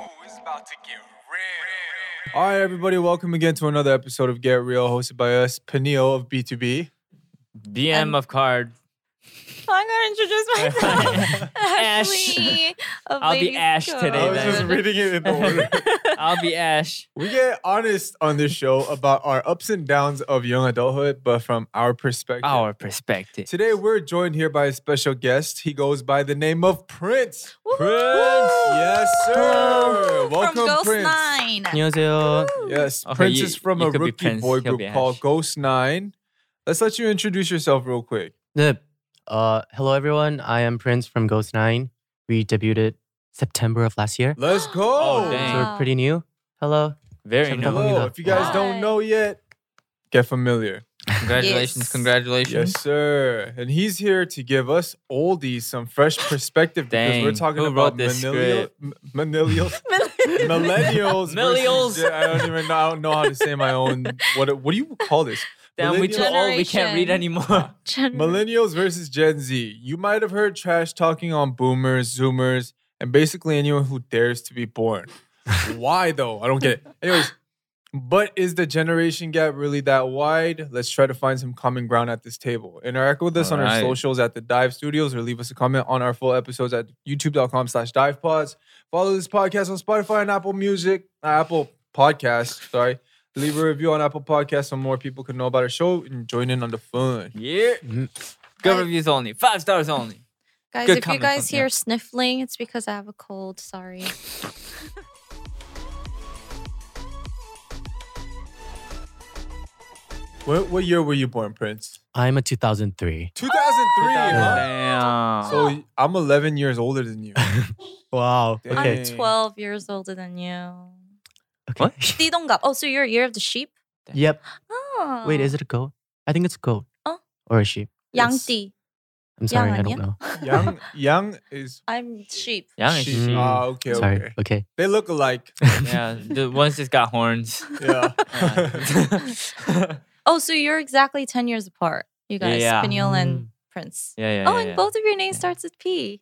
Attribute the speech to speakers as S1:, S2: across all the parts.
S1: to get real.
S2: All right, everybody, welcome again to another episode of Get Real, hosted by us, Peniel of B2B.
S3: DM
S4: And-
S3: of card.
S4: I'm gonna introduce myself.
S3: Ash.
S4: Ashley of
S3: I'll be
S4: Ladies
S3: Ash
S4: Code.
S3: today
S2: I was Oh, just
S3: then.
S2: reading it in the order.
S3: I'll be Ash.
S2: we get honest on this show about our ups and downs of young adulthood, but from our perspective.
S3: Our perspective.
S2: Today, we're joined here by a special guest. He goes by the name of Prince.
S4: Woo!
S2: Yes, sir.
S4: Woo!
S2: Welcome,
S4: From Ghost
S2: Prince.
S4: Nine.
S3: 안녕하세요.
S4: Woo!
S2: Yes,
S3: Okay,
S2: Prince
S3: you-
S2: is from
S3: you
S2: a
S3: could be
S2: rookie
S3: Prince,
S2: boy
S3: he'll
S2: group
S3: be
S2: called
S3: Ash.
S2: Ghost Nine. Let's let you introduce yourself real quick.
S5: Nip. Uh, hello everyone. I am Prince from Ghost Nine. We debuted September of last year,
S2: Let's go.
S3: Oh,
S4: dang.
S5: so we're pretty new. Hello.
S3: Very
S5: Check it
S3: new.
S5: out.
S2: Hello. If you guys don't
S4: Hi.
S2: know yet, get familiar.
S3: Congratulations,
S4: Yes.
S3: congratulations.
S2: Yes, sir. And he's here to give us oldies some fresh perspective because we're
S3: Dang,
S2: talking
S3: who
S2: about
S3: wrote this
S2: millennial-
S3: script?
S2: m- millennials, millennials, versus
S3: Millennials.
S2: Gen- I don't even know, I don't know how to say my own. What what do you call this?
S3: Damn, we too old. We can't read
S4: Generation.
S3: anymore.
S4: Gen-
S2: Millennials versus Gen Z. You might have heard trash talking on boomers, zoomers, and basically anyone who dares to be born. Why though? I don't get it. Anyways, but is the generation gap really that wide? Let's try to find some common ground at this table. Interact with us on our
S3: Alright.
S2: socials at the Dive Studios or leave us a comment on our full episodes at youtube.com slash dive pods. Follow this podcast on Spotify and Apple Music, uh, Apple Podcasts, sorry. Leave a review on Apple Podcasts so more people can know about our show and join in on the fun.
S3: Yeah.
S5: Mm.
S3: Good
S4: I-
S3: reviews only. Five stars only.
S4: guys,
S3: good
S4: if you
S3: comment
S4: guys
S3: from- yeah.
S4: hear sniffling, it's because I have a cold. Sorry.
S2: What, what year were you born, Prince?
S5: I'm a 2003.
S2: 2003. huh?
S3: Damn.
S2: So I'm 11 years older than you.
S5: Wow.
S2: Okay.
S4: I'm 12 years older than you.
S5: Okay.
S4: Didongap. Oh, so you're a year of the sheep?
S5: Yep.
S4: Oh.
S5: Wait, is it a goat? I think it's a goat.
S4: Oh.
S5: Or a sheep.
S4: Yangti.
S5: I'm sorry,
S4: Yang
S5: I don't
S4: 아니야?
S5: know.
S2: Young, young is.
S4: I'm sheep.
S3: yeah, it's
S2: sheep.
S3: sheep.
S2: Ah, okay,
S5: Sorry.
S2: okay.
S5: Okay.
S2: They look alike.
S3: yeah, the one's just got horns.
S2: Yeah.
S3: yeah,
S4: Oh, so you're exactly 10 years apart, you guys,
S3: Yeah.
S4: Peniel and Prince.
S3: yeah, yeah.
S4: oh, and
S3: yeah.
S4: both of your names
S3: Yeah.
S4: starts with P.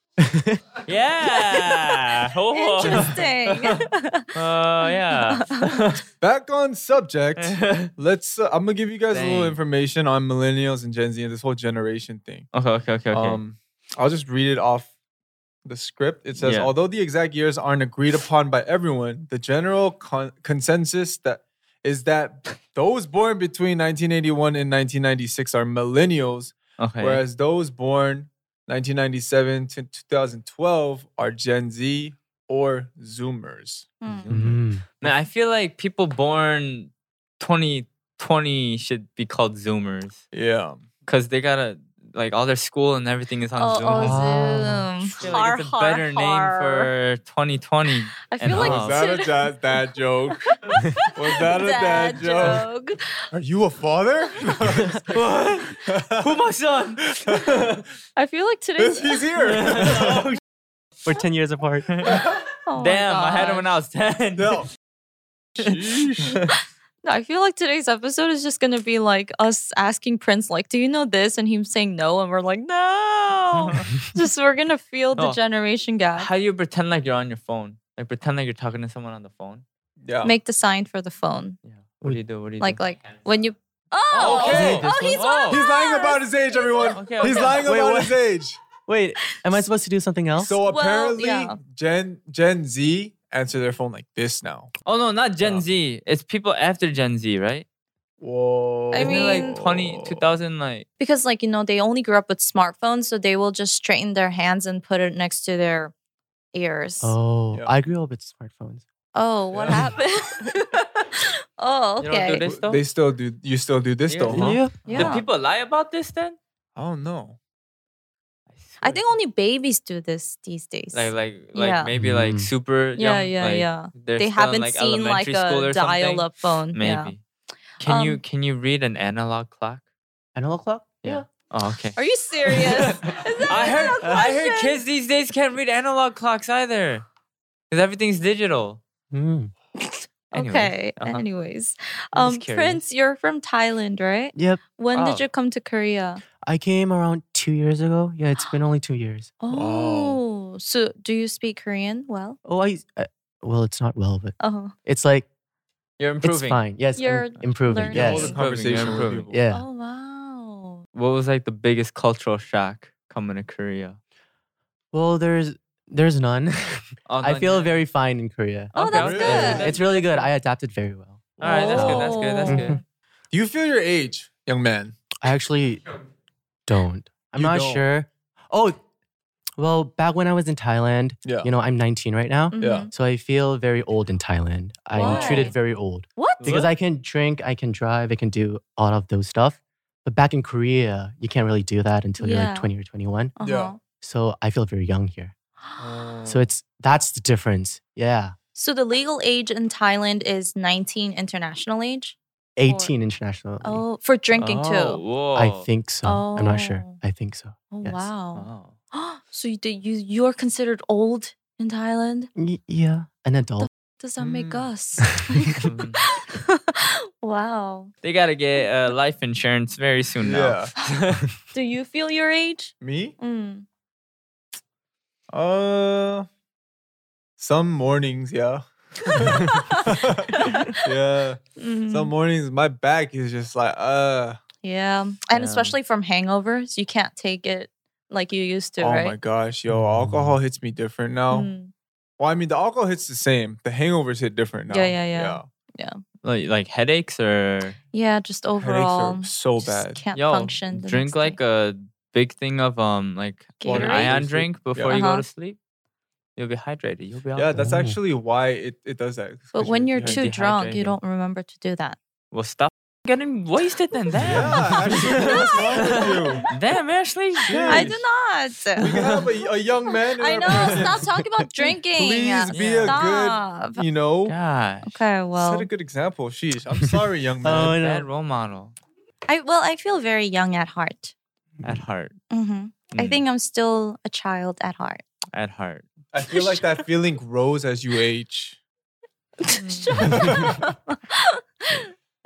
S3: Yeah. Oh.
S4: Interesting.
S3: Uh, yeah.
S2: Back on subject.
S3: okay,
S2: Let's. Uh, I'm gonna give you guys a little
S3: Dang.
S2: information on millennials and Gen Z and this whole generation thing.
S3: okay, okay, okay.
S2: Um, I'll just read it off the script. It says,
S3: Yeah.
S2: although the exact years aren't agreed upon by everyone, the general con- consensus that is that those born between 1981 and 1996 are millennials,
S3: okay.
S2: whereas those born 1997 to 2012 are Gen Z or Zoomers.
S4: Hmm.
S5: Mm.
S3: Man, I feel like people born 2020 should be called Zoomers
S2: Yeah.
S3: because they gotta like all their school and everything is on
S4: Oh,
S3: Zoom.
S4: oh,
S5: Zoom.
S4: Zoom.
S3: I feel like it's a better
S4: har.
S3: name for 2020.
S4: I
S3: and
S4: feel like
S2: Was
S3: all.
S2: that a
S4: today-
S2: dad, dad joke? Was that a dad, joke?
S4: joke.
S2: Are you a father?
S3: What? Who my son?
S4: I feel like
S2: This-
S4: today's.
S2: He's here.
S3: Oh,
S5: We're 10 years apart.
S4: Oh my
S3: Damn, I had
S4: gosh.
S3: him when I was 10.
S2: no. Sheesh.
S4: No, I feel like today's episode is just gonna be like us asking Prince, like, "Do you know this?" and him saying no, and we're like, "No." just we're gonna feel the
S3: Oh.
S4: generation gap.
S3: How do you pretend like you're on your phone? Like pretend like you're talking to someone on the phone?
S2: Yeah.
S4: Make the sign for the phone,
S3: Yeah. What do you do? What do you
S4: like
S3: do?
S4: like when you. Oh,
S2: Okay.
S4: oh, oh, he's
S3: Oh.
S4: one. of
S2: He's lying
S4: us!
S2: about his age, everyone.
S3: Okay, okay.
S2: He's lying
S5: Wait,
S2: about
S5: what?
S2: his age.
S5: Wait, am I supposed to do something else?
S2: So
S4: Well,
S2: apparently,
S4: yeah.
S2: Gen Gen Z answer their phone like this now.
S3: Oh no, not Gen
S2: Yeah.
S3: Z. It's people after Gen Z, right?
S2: Whoa.
S3: Isn't
S4: I
S3: it
S4: mean-
S3: like 20, 2000, like
S4: because like you know they only grew up with smartphones so they will just straighten their hands and put it next to their ears oh,
S5: oh,
S2: Yeah.
S5: I grew up with smartphones.
S4: what
S2: Yeah.
S4: happened oh
S3: You don't do
S4: okay
S3: this though?
S2: They still do. You still do this though,
S3: Yeah.
S2: huh?
S5: Yeah.
S3: Do
S4: yeah
S3: people lie about this then?
S2: I don't know.
S4: i think only babies do this these days
S3: like like like
S4: Yeah.
S3: maybe like
S5: Mm.
S3: super
S4: Yeah,
S3: young,
S4: yeah,
S3: like,
S4: yeah.
S3: they're
S4: they
S3: still in,
S4: haven't
S3: like,
S4: seen like
S3: elementary school
S4: a
S3: or something.
S4: dial-up phone
S3: Maybe.
S4: yeah.
S3: Can you
S4: Um,
S3: can you read an analog clock?
S5: Analog clock?
S3: Yeah. Oh, okay.
S4: are you serious Is that
S3: I
S4: a
S3: heard
S4: real
S3: I heard
S4: question?
S3: kids these days can't read analog clocks either. Because everything's digital.
S5: Mm.
S3: Anyways,
S4: okay
S3: uh-huh.
S4: anyways
S3: I'm just
S4: um
S3: curious.
S4: prince you're from thailand right
S5: Yep.
S4: when
S3: Wow.
S4: did you come to korea
S5: I came around two years ago. Yeah, it's been only two years.
S4: oh so do you speak korean well
S5: Oh, I, I well, it's not well, but
S4: Oh,
S5: it's like
S3: You're improving.
S5: it's fine. Yes,
S4: You're
S5: I'm improving.
S4: learning.
S2: All
S5: Yes,
S2: the conversation with
S3: Improving.
S2: people.
S5: yeah.
S4: oh wow.
S3: What was like the biggest cultural shock coming to Korea?
S5: Well, there's there's none.
S3: Oh,
S5: I
S3: not
S5: feel
S3: yet.
S5: very fine in Korea.
S4: Oh,
S3: Okay,
S4: that's
S3: okay.
S4: good.
S5: Yeah,
S3: That's
S5: It's really good. I adapted very well.
S3: All right, that's good. That's good. That's
S4: Oh.
S3: good.
S2: Do you feel your age, young man?
S5: I actually don't. I'm
S2: You
S5: not
S2: don't.
S5: sure. Oh, well, back when I was in Thailand,
S2: Yeah.
S5: you know, I'm 19 right now.
S4: Mhm.
S5: So I feel very old in Thailand. I'm
S4: Why?
S5: treated very old
S4: What?
S5: because I can drink, I can drive, I can do all of those stuff. But back in Korea, you can't really do that until you're
S4: Yeah.
S5: like 20 or 21.
S2: Yeah.
S5: So I feel very young here.
S4: Uh-huh.
S2: Oh.
S5: So it's that's the difference. Yeah.
S4: So the legal age in Thailand is 19 international age.
S5: 18 international.
S4: Oh, for drinking
S3: Oh,
S4: too.
S3: Whoa.
S5: I think so. I'm not sure.
S4: Oh.
S5: I think so.
S4: Oh
S5: yes.
S4: wow.
S3: Wow.
S4: so you did- you you're considered old in Thailand?
S5: Y- yeah. An adult.
S4: Does that make
S2: Mm.
S4: us?
S3: Mm.
S4: wow.
S3: They gotta get uh, life insurance very soon now.
S4: Do you feel your age?
S2: Me?
S4: Mm.
S2: Uh, some mornings, yeah. yeah.
S4: Mhm.
S2: Some mornings, my back is just like, uh,
S4: yeah, and especially from hangovers, you can't take it like you used to,
S2: oh
S4: right?
S2: my gosh, yo, alcohol hits me different now.
S4: Mm.
S2: Well, I mean, the alcohol hits the same. The hangovers hit different now.
S4: Yeah, yeah, yeah.
S3: like, like headaches or
S4: Yeah, just overall,
S2: Headaches are so
S4: just
S2: bad.
S4: Can't
S3: yo
S4: function. the
S3: drink
S4: next day.
S3: like a big thing of um like an
S4: Gatorade?
S3: ion drink before you go
S4: Uh-huh.
S3: to sleep. You'll be hydrated. You'll be out
S2: Yeah,
S3: there.
S2: that's
S5: Oh.
S2: actually why it, it does that. 'cause
S4: But when you're
S3: you're
S4: too drunk, you
S3: dehydrated.
S4: don't remember to do that.
S3: well stop getting wasted then.
S2: Yeah,
S3: Damn.
S2: Ashley, what's wrong with
S3: Damn, Ashley.
S2: Yeah.
S4: I
S2: Jeez. you?
S4: do
S2: We can
S4: not.
S2: have a, a young man. in
S4: I
S2: our
S4: know.
S2: presence.
S4: Stop talking about drinking.
S2: Please be a
S4: Stop.
S2: good, you know,
S3: Gosh.
S4: Okay,
S2: set
S4: well,
S2: a good example. Sheesh, I'm sorry, young man.
S5: Oh,
S3: Bad
S5: no.
S3: role model
S4: I well, I feel very young at heart.
S3: at heart.
S4: hmm I
S3: Mm,
S4: think I'm still a child at heart.
S3: at heart.
S2: I feel like that feeling grows as you age.
S3: Mm.
S4: Shut up.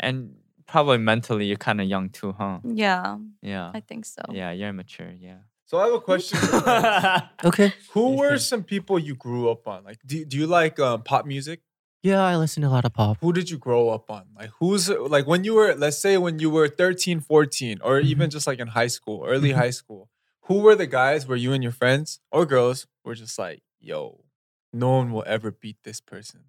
S3: And probably mentally you're kinda young too, huh?
S4: yeah,
S3: Yeah.
S4: I think so.
S3: Yeah, you're immature, yeah.
S2: So I have a question. for you guys.
S5: Okay.
S2: Who were some people you grew up on? Like, do, do you like um, pop music?
S5: Yeah, I listen to a lot of pop.
S2: Who did you grow up on? Like, who's like when you were, let's say, when you were 13, 14, or even just like in high school, early
S5: Mhm.
S2: high school, who were the guys where you and your friends or girls were just like, yo, no one will ever beat this person?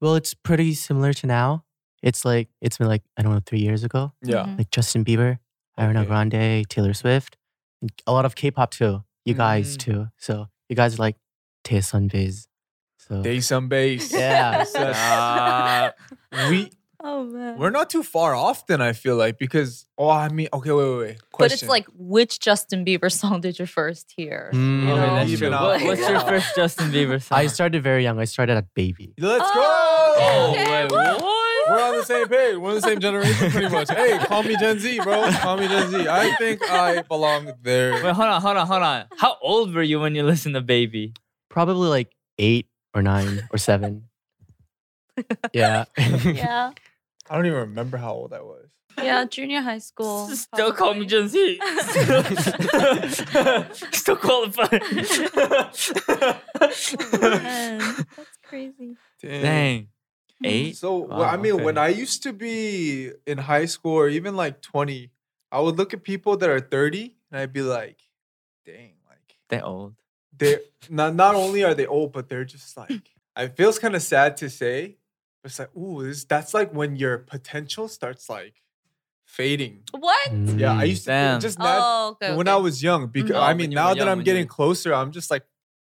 S5: Well, it's pretty similar to now. It's like it's been like I don't know three years ago.
S2: Yeah.
S4: Mhm.
S5: Like Justin Bieber, Ariana
S2: Okay.
S5: Grande, Taylor Swift, and a lot of K-pop too. You guys
S3: Mm.
S5: too. So you guys are like Taesun Biz.
S4: Mm-hmm.
S5: So
S2: Day some bass.
S5: yeah,
S3: Stop.
S2: We,
S4: Oh man.
S2: we're not too far off then, I feel like, because, oh, I mean, okay, wait, wait, wait.
S4: but it's
S2: Question.
S4: like, which Justin Bieber song did you first hear?
S5: Mm.
S4: You
S3: Okay,
S4: know?
S3: Oh, that's
S2: Even
S3: true.
S2: out.
S3: What- what's your first Justin Bieber song?
S5: I started very young. I started at Baby.
S2: let's
S4: Oh,
S2: go.
S4: okay.
S3: wait,
S4: what?
S2: We're on the same page. We're the same generation, pretty much. Hey, call me Gen Z, bro. Call me Gen Z. I think I belong there.
S3: Wait, hold on, hold on, hold on. How old were you when you listened to Baby?
S5: Probably like eight or nine or seven. Yeah.
S4: Yeah,
S2: I don't even remember how old I was.
S4: yeah, junior high school.
S3: Still call me
S4: probably.
S3: Gen Z. Still, still qualified.
S4: Man, that's crazy.
S3: Dang. Eight?
S2: So well, I
S3: Wow,
S2: mean, when
S3: okay.
S2: I used to be in high school or even like twenty, I would look at people that are thirty, and I'd be like, "Dang, like
S3: They're old.
S2: they're not not only are they old, but they're just like it feels kind of sad to say. But it's like, ooh, this, that's like when your potential starts like fading.
S4: What?
S5: Mm.
S2: Yeah, I used to
S3: Mm, Damn.
S2: just nat-
S4: Oh, okay.
S2: when
S4: okay.
S2: I was young. Because
S4: Mhm.
S3: Oh,
S2: I
S3: when
S2: mean,
S3: you were
S2: now that
S3: young,
S2: I'm
S3: when
S2: getting
S3: you-
S2: closer, I'm just like,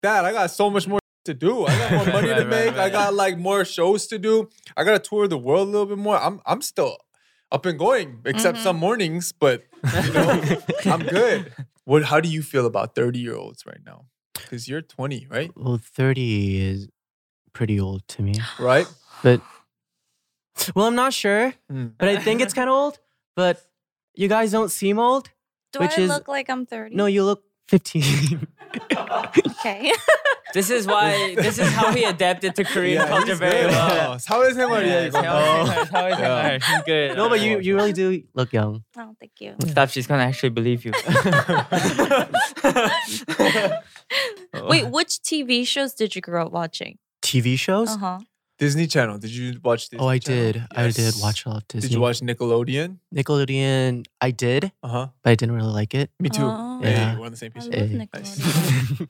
S2: Dad, I got so much more to do. I got more money
S3: Right,
S2: to
S3: right,
S2: make. I
S3: right.
S2: got like more shows to do. I got to tour the world a little bit more. I'm I'm still up and going, except
S4: Mhm.
S2: some mornings, but you know, I'm good. What? How do you feel about 30 year olds right now? Because you're 20, right?
S5: Well, 30 is pretty old to me.
S2: Right?
S5: But well, I'm not sure.
S2: Mm.
S5: But I think it's kind of old. But you guys don't seem old.
S4: Do
S5: which
S4: I
S5: is-
S4: look like I'm 30?
S5: No, you look 15.
S4: Okay.
S3: This is why, this is how he adapted to Korean
S2: Yeah,
S3: culture
S2: he's
S3: very
S2: good.
S3: well.
S2: Oh, 사회 생활이야,
S3: Yeah,
S2: 이거.
S3: how is it? How is it?
S2: Yeah.
S3: Alright, he's good.
S5: no, but
S3: Alright.
S5: you you really do look young.
S4: oh, thank you.
S3: Stop, she's gonna actually believe you.
S5: Oh.
S4: Wait, which TV shows did you grow up watching?
S5: TV shows?
S4: Uh huh.
S2: Disney Channel. Did you watch Disney?
S5: Oh, I
S2: Channel?
S5: did. I did
S2: Yes.
S5: watch a lot of Disney.
S2: Did you watch Nickelodeon?
S5: Nickelodeon? I did,
S2: Uh huh.
S5: but I didn't really like it.
S2: Me too.
S4: Oh.
S2: Hey,
S5: Yeah.
S2: we're on the same
S4: I
S2: page.
S4: love
S5: Eh.
S4: Nickelodeon.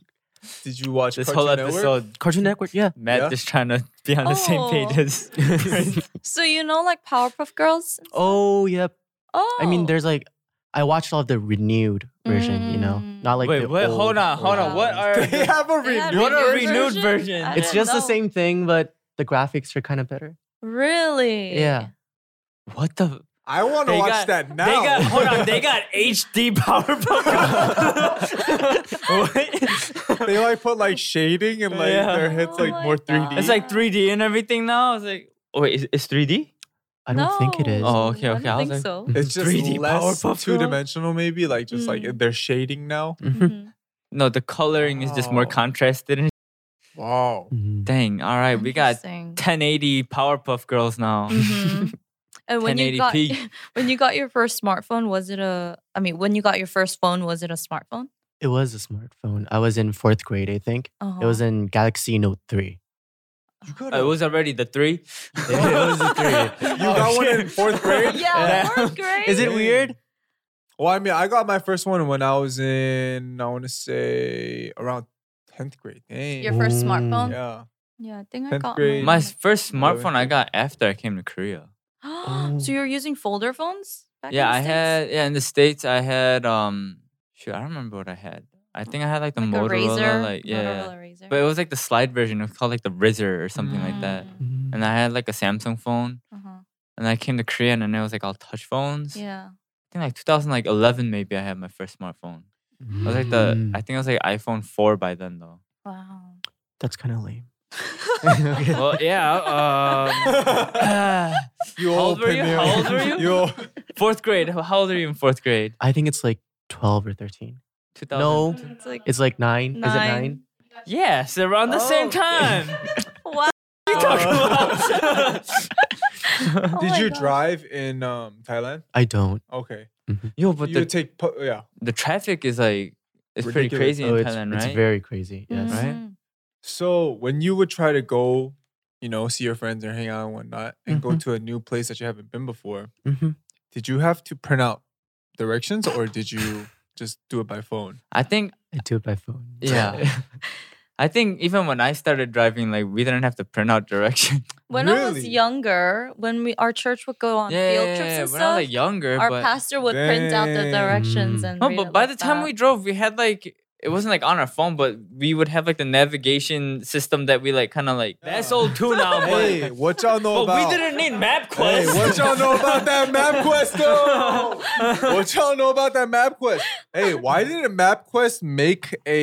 S2: Did you watch
S3: This
S2: Cartoon
S3: whole
S2: Network?
S3: episode,
S5: Cartoon Network, yeah.
S3: Matt
S2: Yeah.
S3: just trying to be on the same page
S4: Oh.
S3: as.
S4: so you know, like Powerpuff Girls.
S5: oh, yep.
S4: Oh,
S5: I mean, there's like, I watched all of the renewed version, you know?
S4: Mm.
S5: Not like
S3: Wait,
S5: the
S3: what?
S5: old-
S3: Hold on, hold
S5: old
S3: on. What
S5: ones.
S3: are?
S2: They have a
S4: They had
S2: renewed.
S3: What a
S4: renewed
S3: renewed version.
S4: I
S5: It's
S4: didn't
S5: just the
S4: know.
S5: same thing, but the graphics are kind of better.
S4: Really?
S5: Yeah.
S3: What the?
S2: I want to
S3: They
S2: watch
S3: got-
S2: that now.
S3: They got hold on. They got HD Powerpuff. Girls.
S2: They, like put like shading and like
S3: Yeah.
S2: their heads
S4: Oh
S2: like
S4: my
S2: more 3D.
S4: God.
S3: it's like 3D and everything now. It's like, oh, wait, is it's 3D?
S5: I don't think it
S4: No.
S5: is.
S3: Oh, okay,
S4: I
S3: okay,
S4: don't
S3: I was
S4: think
S3: like-
S4: so.
S2: It's just
S3: 3D
S2: less
S3: Powerpuff Girl?
S2: two dimensional, maybe like just
S4: Mm.
S2: like their shading now.
S5: Mhm.
S4: Mhm.
S3: No, the coloring is just more
S2: Wow.
S3: contrasted. And
S2: Wow.
S3: Oh.
S5: Mhm.
S3: dang, all right, we got
S4: Mm-hmm. Interesting.
S3: 1080 Powerpuff Girls now.
S4: Mhm. And when you got
S3: 1080p.
S4: when you got your first smartphone, was it a? I mean, when you got your first phone, was it a smartphone?
S5: It was a smartphone. I was in fourth grade, I think.
S4: Uh-huh.
S5: It was in Galaxy Note 3.
S2: You got,
S3: it was already the three.
S5: Yeah, it was the three.
S2: you got one in fourth grade?
S4: yeah,
S3: Yeah.
S4: fourth grade.
S5: Is it
S2: Dang.
S5: weird?
S2: Well, I mean, I got my first one when I was in, I want to say around 10th grade. Dang.
S4: your first
S5: Ooh.
S4: smartphone? Yeah.
S2: yeah.
S4: I think I
S2: Tenth
S4: got
S2: grade.
S3: My
S4: mine.
S3: s- first
S2: Eleven.
S3: smartphone I got after I came to Korea.
S4: so you're using folder phones? Back in
S3: yeah,
S4: the
S3: I
S4: States?
S3: had yeah in the states I had um shoot I don't remember what I had. I think I had like the
S4: like
S3: Motorola
S4: a razor,
S3: like yeah,
S4: Motorola razor.
S3: but it was like the slide version. It was called like the Rizzer or something like that.
S4: Mm,
S5: Mhm.
S3: Mm-hmm. And I had like a Samsung phone,
S4: uh-huh.
S3: and I came to Korea and then it was like all touch phones.
S4: Yeah.
S3: I think like 2011 maybe I had my first smartphone. I was like the
S5: Mm.
S3: I think it was like iPhone four by then though.
S4: Wow.
S5: That's kind of lame.
S3: well yeah. Um,
S2: you old
S3: How old were you? How old were you?
S2: you old.
S3: fourth grade. How how old are you in fourth grade?
S5: I think it's like 12 or 13.
S3: 2000.
S5: No,
S4: It's like
S5: it's like 9. Is it 9?
S4: Nine.
S3: Yes, around the same
S5: Okay.
S3: time.
S4: wow.
S3: you talking
S2: Uh.
S3: about?
S4: Oh
S2: Did
S4: my
S2: you
S4: God.
S2: drive in um, Thailand?
S5: I don't.
S2: Okay.
S5: Mm-hmm.
S3: Yo, but
S2: you
S3: the
S2: would take, pu- yeah.
S3: the traffic is like it's pretty
S2: Ridiculous.
S3: crazy
S5: oh,
S3: in
S5: it's,
S3: Thailand,
S5: it's
S3: right?
S5: very crazy. Yes.
S3: Right?
S4: Mhm.
S2: So when you would try to go, you know, see your friends or hang out and whatnot, and go
S5: Mhm.
S2: to a new place that you haven't been before,
S5: Mhm.
S2: did you have to print out directions or did you just do it by phone?
S3: I think
S5: I do it by phone.
S3: yeah. I think even when I started driving, like we didn't have to print out direction.
S4: When I was
S2: Really?
S4: younger, when we our church would go on
S3: yeah,
S4: field
S3: yeah,
S4: trips
S3: yeah,
S4: and
S3: when I
S4: stuff,
S3: was like, younger,
S4: our
S3: but
S4: pastor would print out the
S2: Dang.
S4: directions
S5: Mm.
S4: and
S3: no,
S4: read
S3: but
S4: it
S3: by the
S4: like
S3: time we
S4: that.
S3: drove, we had like it wasn't like on our phone, but we would have like the navigation system that we like kind of like that's
S2: Yeah.
S3: old too now,
S2: Hey,
S3: but.
S2: what y'all know
S3: But
S2: about?
S3: we didn't need MapQuest.
S2: Hey, what y'all know about that MapQuest though? what y'all know about that MapQuest? Hey, why didn't MapQuest make a,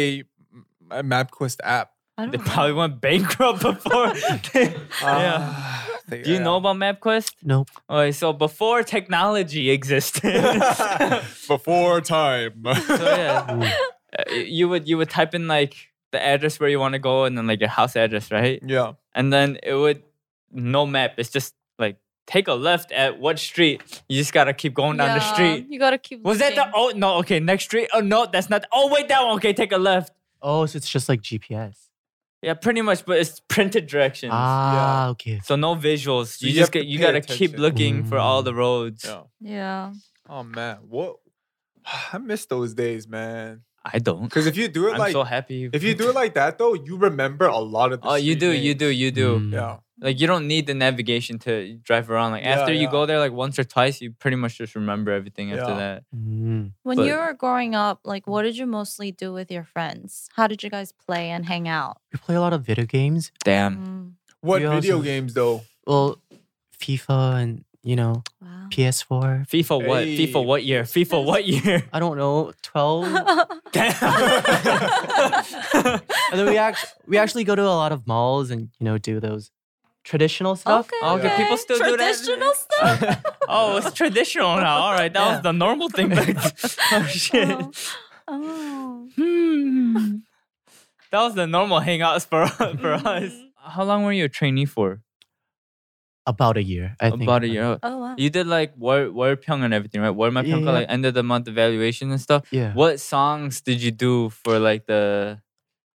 S2: a MapQuest app?
S4: I don't
S3: They
S4: know.
S3: probably went bankrupt before. they- yeah.
S2: Ah, they-
S3: Do you
S2: yeah.
S3: know about MapQuest?
S5: Nope.
S3: Okay, so before technology existed,
S2: Before time.
S3: so yeah, uh, you would you would type in like the address where you want to go and then like your house address, right?
S2: yeah.
S3: And then it would no map. It's just like take a left at what street. You just gotta keep going down the
S4: Yeah,
S3: street.
S4: You gotta keep.
S3: Was that the
S4: looking.
S3: oh no okay next street? Oh no, that's not. Oh wait, that one. Okay, take a left.
S5: Oh, so it's just like GPS.
S3: Yeah, pretty much, but it's printed directions.
S5: Ah, okay.
S3: So no visuals.
S2: So
S3: You
S2: you
S3: just
S2: have to
S3: get you
S2: pay
S3: gotta keep
S2: attention.
S3: looking for all
S5: Mm.
S3: the roads.
S2: Yeah.
S4: Yeah.
S2: Oh man, what? I miss those days, man.
S3: I don't.
S2: Because if you do it
S3: I'm
S2: like
S3: so happy.
S2: if you do it like that though, you remember a lot of. The
S3: Oh, you
S2: street
S3: do, you
S2: names.
S3: do, you do.
S5: Mm.
S2: Yeah.
S3: Like you don't need the navigation to drive around. Like
S2: Yeah,
S3: after you
S2: yeah.
S3: go there like once or twice, you pretty much just remember everything after
S2: Yeah.
S3: that.
S5: Mm.
S4: When
S3: But-
S4: you were growing up, like, what did you mostly do with your friends? How did you guys play and hang out?
S5: We play a lot of video games.
S3: Damn.
S2: What
S5: We
S2: video
S5: also-
S2: games though?
S5: Well, FIFA and, you know,
S4: Mm,
S5: PS4.
S3: FIFA what?
S2: Hey.
S3: FIFA what year? FIFA what year?
S5: I don't know, 12.
S4: Wow.
S3: Damn.
S5: and then we actually we actually go to a lot of malls and you know do those traditional stuff.
S4: okay,
S3: Oh, Okay,
S4: okay.
S3: people still do that?
S4: Traditional stuff.
S3: oh, it's traditional now. All right, that was the normal thing back. then. oh shit.
S4: Oh. Oh.
S3: Hmm. That was the normal hangouts for for us.
S4: Mhm.
S3: How long were you a trainee for?
S5: About a year, I think.
S3: About a year.
S4: Oh wow.
S3: You did like War War Pyong and everything, right? War My
S5: Yeah,
S3: Pyong
S5: yeah.
S3: like end of the month evaluation and stuff.
S5: Yeah,
S3: What songs did you do for like the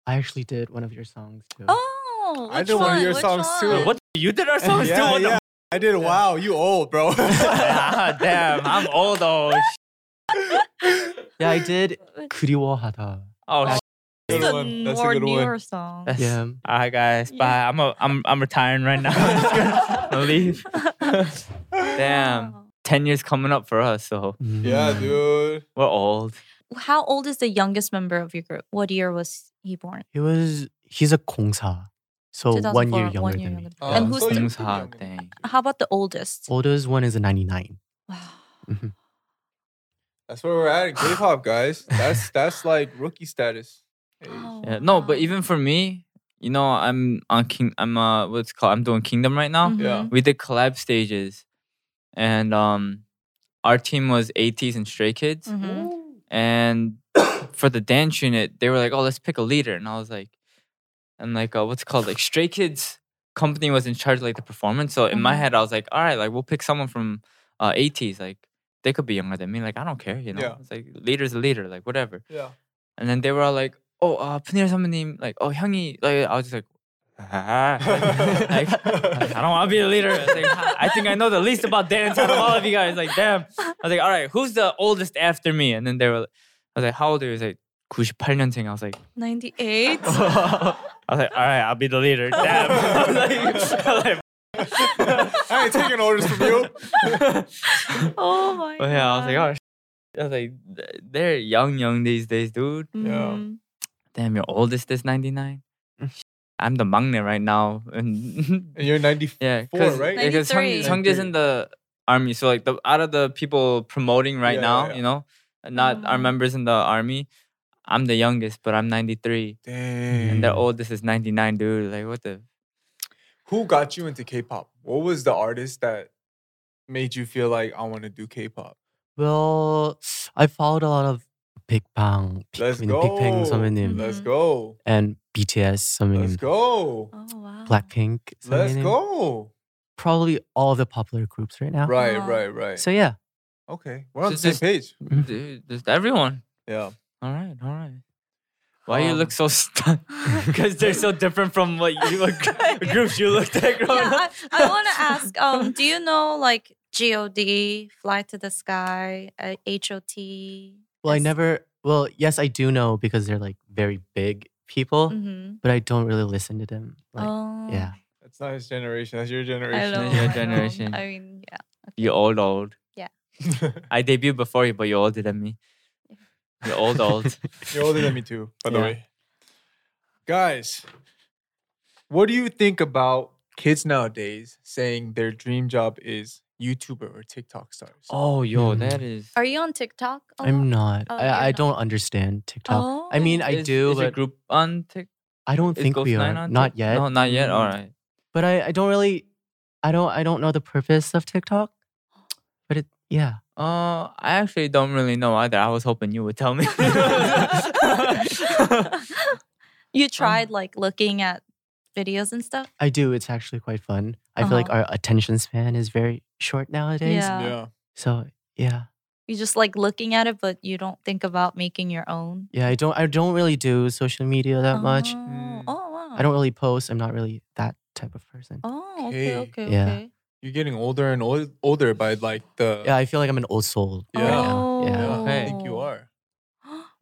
S5: I actually did one of your songs too.
S4: Oh, No.
S2: I
S4: which
S2: did one of your
S4: which
S2: songs too.
S4: one?
S2: What?
S3: You did our songs too?
S2: yeah,
S3: What the
S2: yeah. I did. Wow, you old, bro.
S3: ah, damn, I'm old oh, though.
S5: Yeah, I did. 그리워하다.
S3: Oh, sh-
S2: Good
S4: It's a
S2: one. That's a
S4: more
S2: good one.
S4: newer song.
S3: that's,
S5: Yeah.
S3: All right, guys.
S4: Yeah.
S3: Bye. I'm a, I'm I'm retiring right now. I'm just gonna- I'll leave. Damn.
S4: Wow.
S3: Ten years coming up for us, so
S5: Mm.
S2: yeah, dude.
S3: we're old.
S4: How old is the youngest member of your group? What year was he born?
S5: He was. He's a 공사. So one year
S4: 2004,
S5: younger
S4: one year
S5: than me.
S4: younger
S2: Oh,
S4: and
S2: so
S4: who's
S2: you-
S4: the, Oh,
S3: Things hard thing.
S4: how about the oldest?
S5: Oldest one is a 99.
S4: Wow.
S2: That's where we're at in K-pop, guys. That's that's like rookie status. Hey.
S4: Oh,
S3: Yeah. No, but
S4: wow.
S3: even for me, you know, I'm on King. I'm uh, what's it called? I'm doing Kingdom right now.
S2: Yeah.
S4: Mhm.
S3: We did collab stages, and um, our team was ATs and Stray Kids.
S4: Mhm.
S3: And for the dance unit, they were like, "Oh, let's pick a leader," and I was like, "And like, uh, what's it called like Stray Kids company was in charge of, like the performance." So in my
S4: Mhm.
S3: head, I was like, "All right, like we'll pick someone from uh, ATs. Like they could be younger than me. Like I don't care, you know.
S2: Yeah.
S3: It's like leader's a leader. Like whatever."
S2: Yeah.
S3: And then they were all like, "Oh, uh, Panir 선배님, like, oh, 형이," like I was just like. "Ah," like, like, I don't want to be the leader. I, was like, "Ha, I think I know the least about dance out of all of you guys. Like, damn. I was like, all right, who's the oldest after me? And then they were, I was like, how old are you? He was like, 98년생. I was like,
S4: 98.
S3: I was like, all right, I'll be the leader. Damn. I was like, I was like,
S2: I ain't taking orders from you.
S4: oh my
S3: but yeah, I was like,
S4: God.
S3: oh, sh-" I was like, "Th- they're young, young these days, dude.
S2: Yeah.
S4: Mhm.
S3: Damn, your oldest is 99. I'm the magnet right now. And
S2: And you're 90.
S3: Yeah,
S2: Four, right?
S3: Because Sung,
S4: 93.
S3: Sungjae's in the army, so like the out of the people promoting right
S2: Yeah,
S3: now,
S2: yeah, yeah.
S3: you know, not our
S4: Oh.
S3: members in the army. I'm the youngest, but I'm 93, and
S2: Dang.
S3: the oldest is 99, dude. Like what the?
S2: Who got you into K-pop? What was the artist that made you feel like I want to do K-pop?
S5: Well, I followed a lot of Big Bang, Big,
S2: Let's
S5: you know, Big Bang
S2: go.
S5: 선배님,
S4: Mhm.
S2: Let's go.
S5: and BTS
S2: Let's
S5: 선배님,
S2: go.
S4: Oh wow.
S5: Blackpink
S2: Let's
S5: 선배님.
S2: go.
S5: Probably all the popular groups right now.
S2: Right,
S4: Wow.
S2: right, right.
S5: So yeah,
S2: Okay, we're on the
S3: Just-
S2: same
S3: just-
S2: page.
S3: Dude, just everyone.
S2: Yeah.
S3: All right, all right. Why you
S2: Um,
S3: look so stunned? Because they're so different from what you what gr- groups you looked at growing up.
S4: yeah, I, I want to ask. Um, do you know like God, Fly to the Sky, uh, HOT?
S5: well, I
S4: Yes.
S5: never. Well, yes, I do know because they're like very big
S3: Oh,
S5: people,
S4: Mm-hmm.
S5: but I don't really listen to them. Like,
S4: oh,
S5: yeah.
S2: That's not his generation. That's your
S4: I
S2: generation.
S4: know.
S3: Your
S4: I know.
S3: generation.
S4: I mean, yeah.
S3: You old old.
S2: you're
S3: I debuted before you, but you're older than me. You're old old.
S2: older than me too, by the
S3: Yeah.
S2: way. Guys, what do you think about kids nowadays saying their dream job is YouTuber or TikTok stars?
S3: oh,
S2: Mm.
S3: yo,
S5: Mhm.
S3: that is.
S4: Are you on TikTok? a lot?
S5: I'm not.
S4: Oh, you're
S5: I, I
S4: not.
S5: don't understand TikTok.
S4: Oh.
S5: I mean, I
S3: Is-
S5: do,
S3: is your
S5: but
S3: group on TikTok?
S5: I don't
S3: Is
S5: think we
S3: Ghost Nine
S5: are.
S3: on
S5: Not
S3: Tik-
S5: yet.
S3: No, not yet.
S5: Mm.
S3: Mm-hmm. All right.
S5: But I, I don't really. I don't. I don't know the purpose of TikTok. But it. Yeah.
S3: Uh, I actually don't really know either. I was hoping you would tell me.
S5: Um,
S4: you tried like looking at videos and stuff.
S5: I do. It's actually quite fun. I feel like
S4: Uh-huh.
S5: our attention span is very short nowadays.
S4: Yeah.
S2: yeah.
S5: So yeah,
S4: You just like looking at it, but you don't think about making your own
S5: yeah. I don't. I don't really do social media that much.
S4: Oh,
S2: Mm.
S4: oh, wow.
S5: I don't really post. I'm not really that type of person.
S4: Oh, okay,
S2: Okay.
S4: okay,
S5: Yeah.
S4: okay.
S2: You're getting older and old, older by like the.
S5: Yeah, I feel like I'm an old soul.
S2: Yeah.
S5: Yeah.
S4: Oh.
S2: Yeah, I think you are.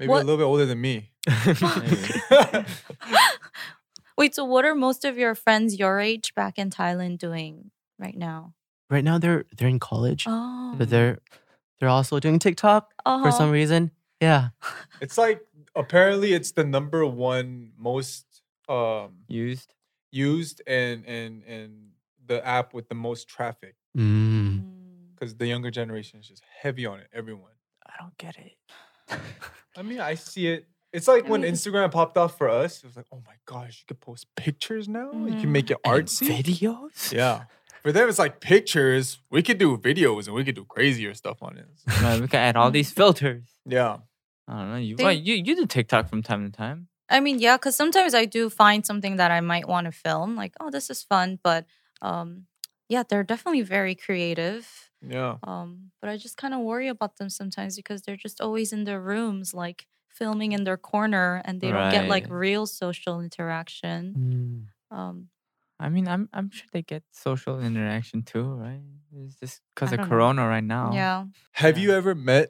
S2: Maybe you're a
S4: What-
S2: little bit older than me.
S4: Wait, so what are most of your friends your age back in Thailand doing right now?
S5: Right now they're they're in college,
S4: Oh,
S5: but they're they're also doing TikTok
S4: Uh-huh.
S5: for some reason. Yeah.
S2: it's like apparently it's the number one most um,
S3: Used.
S2: used and and and the app with the most traffic
S5: Mm.
S2: because the younger generation is just heavy on it. Everyone.
S3: I don't get it.
S2: I mean, I see it. It's like
S4: I
S2: when
S4: mean-
S2: Instagram popped off for us. It was like, oh my gosh, you could post pictures now. You can
S4: Mhm.
S2: make it artsy.
S3: Videos.
S2: Yeah. For them, it's like pictures. We could do videos and we could do crazier stuff on it. So-
S3: Man, we can add all these filters.
S2: yeah.
S3: I don't know. You,
S4: They-
S3: well, you you do TikTok from time to time.
S4: I mean, yeah, because sometimes I do find something that I might want to film, like, oh, this is fun. But um, yeah, they're definitely very creative.
S2: Yeah.
S4: Um, but I just kind of worry about them sometimes because they're just always in their rooms, like filming in their corner, and they don't get like
S3: Right.
S4: real social interaction.
S5: Mm.
S4: Um,
S3: I mean, I'm I'm sure they get social interaction too, right? It's just because
S4: I
S3: of
S4: don't know.
S3: Corona right now.
S4: yeah.
S2: Have
S3: Yeah.
S2: you ever met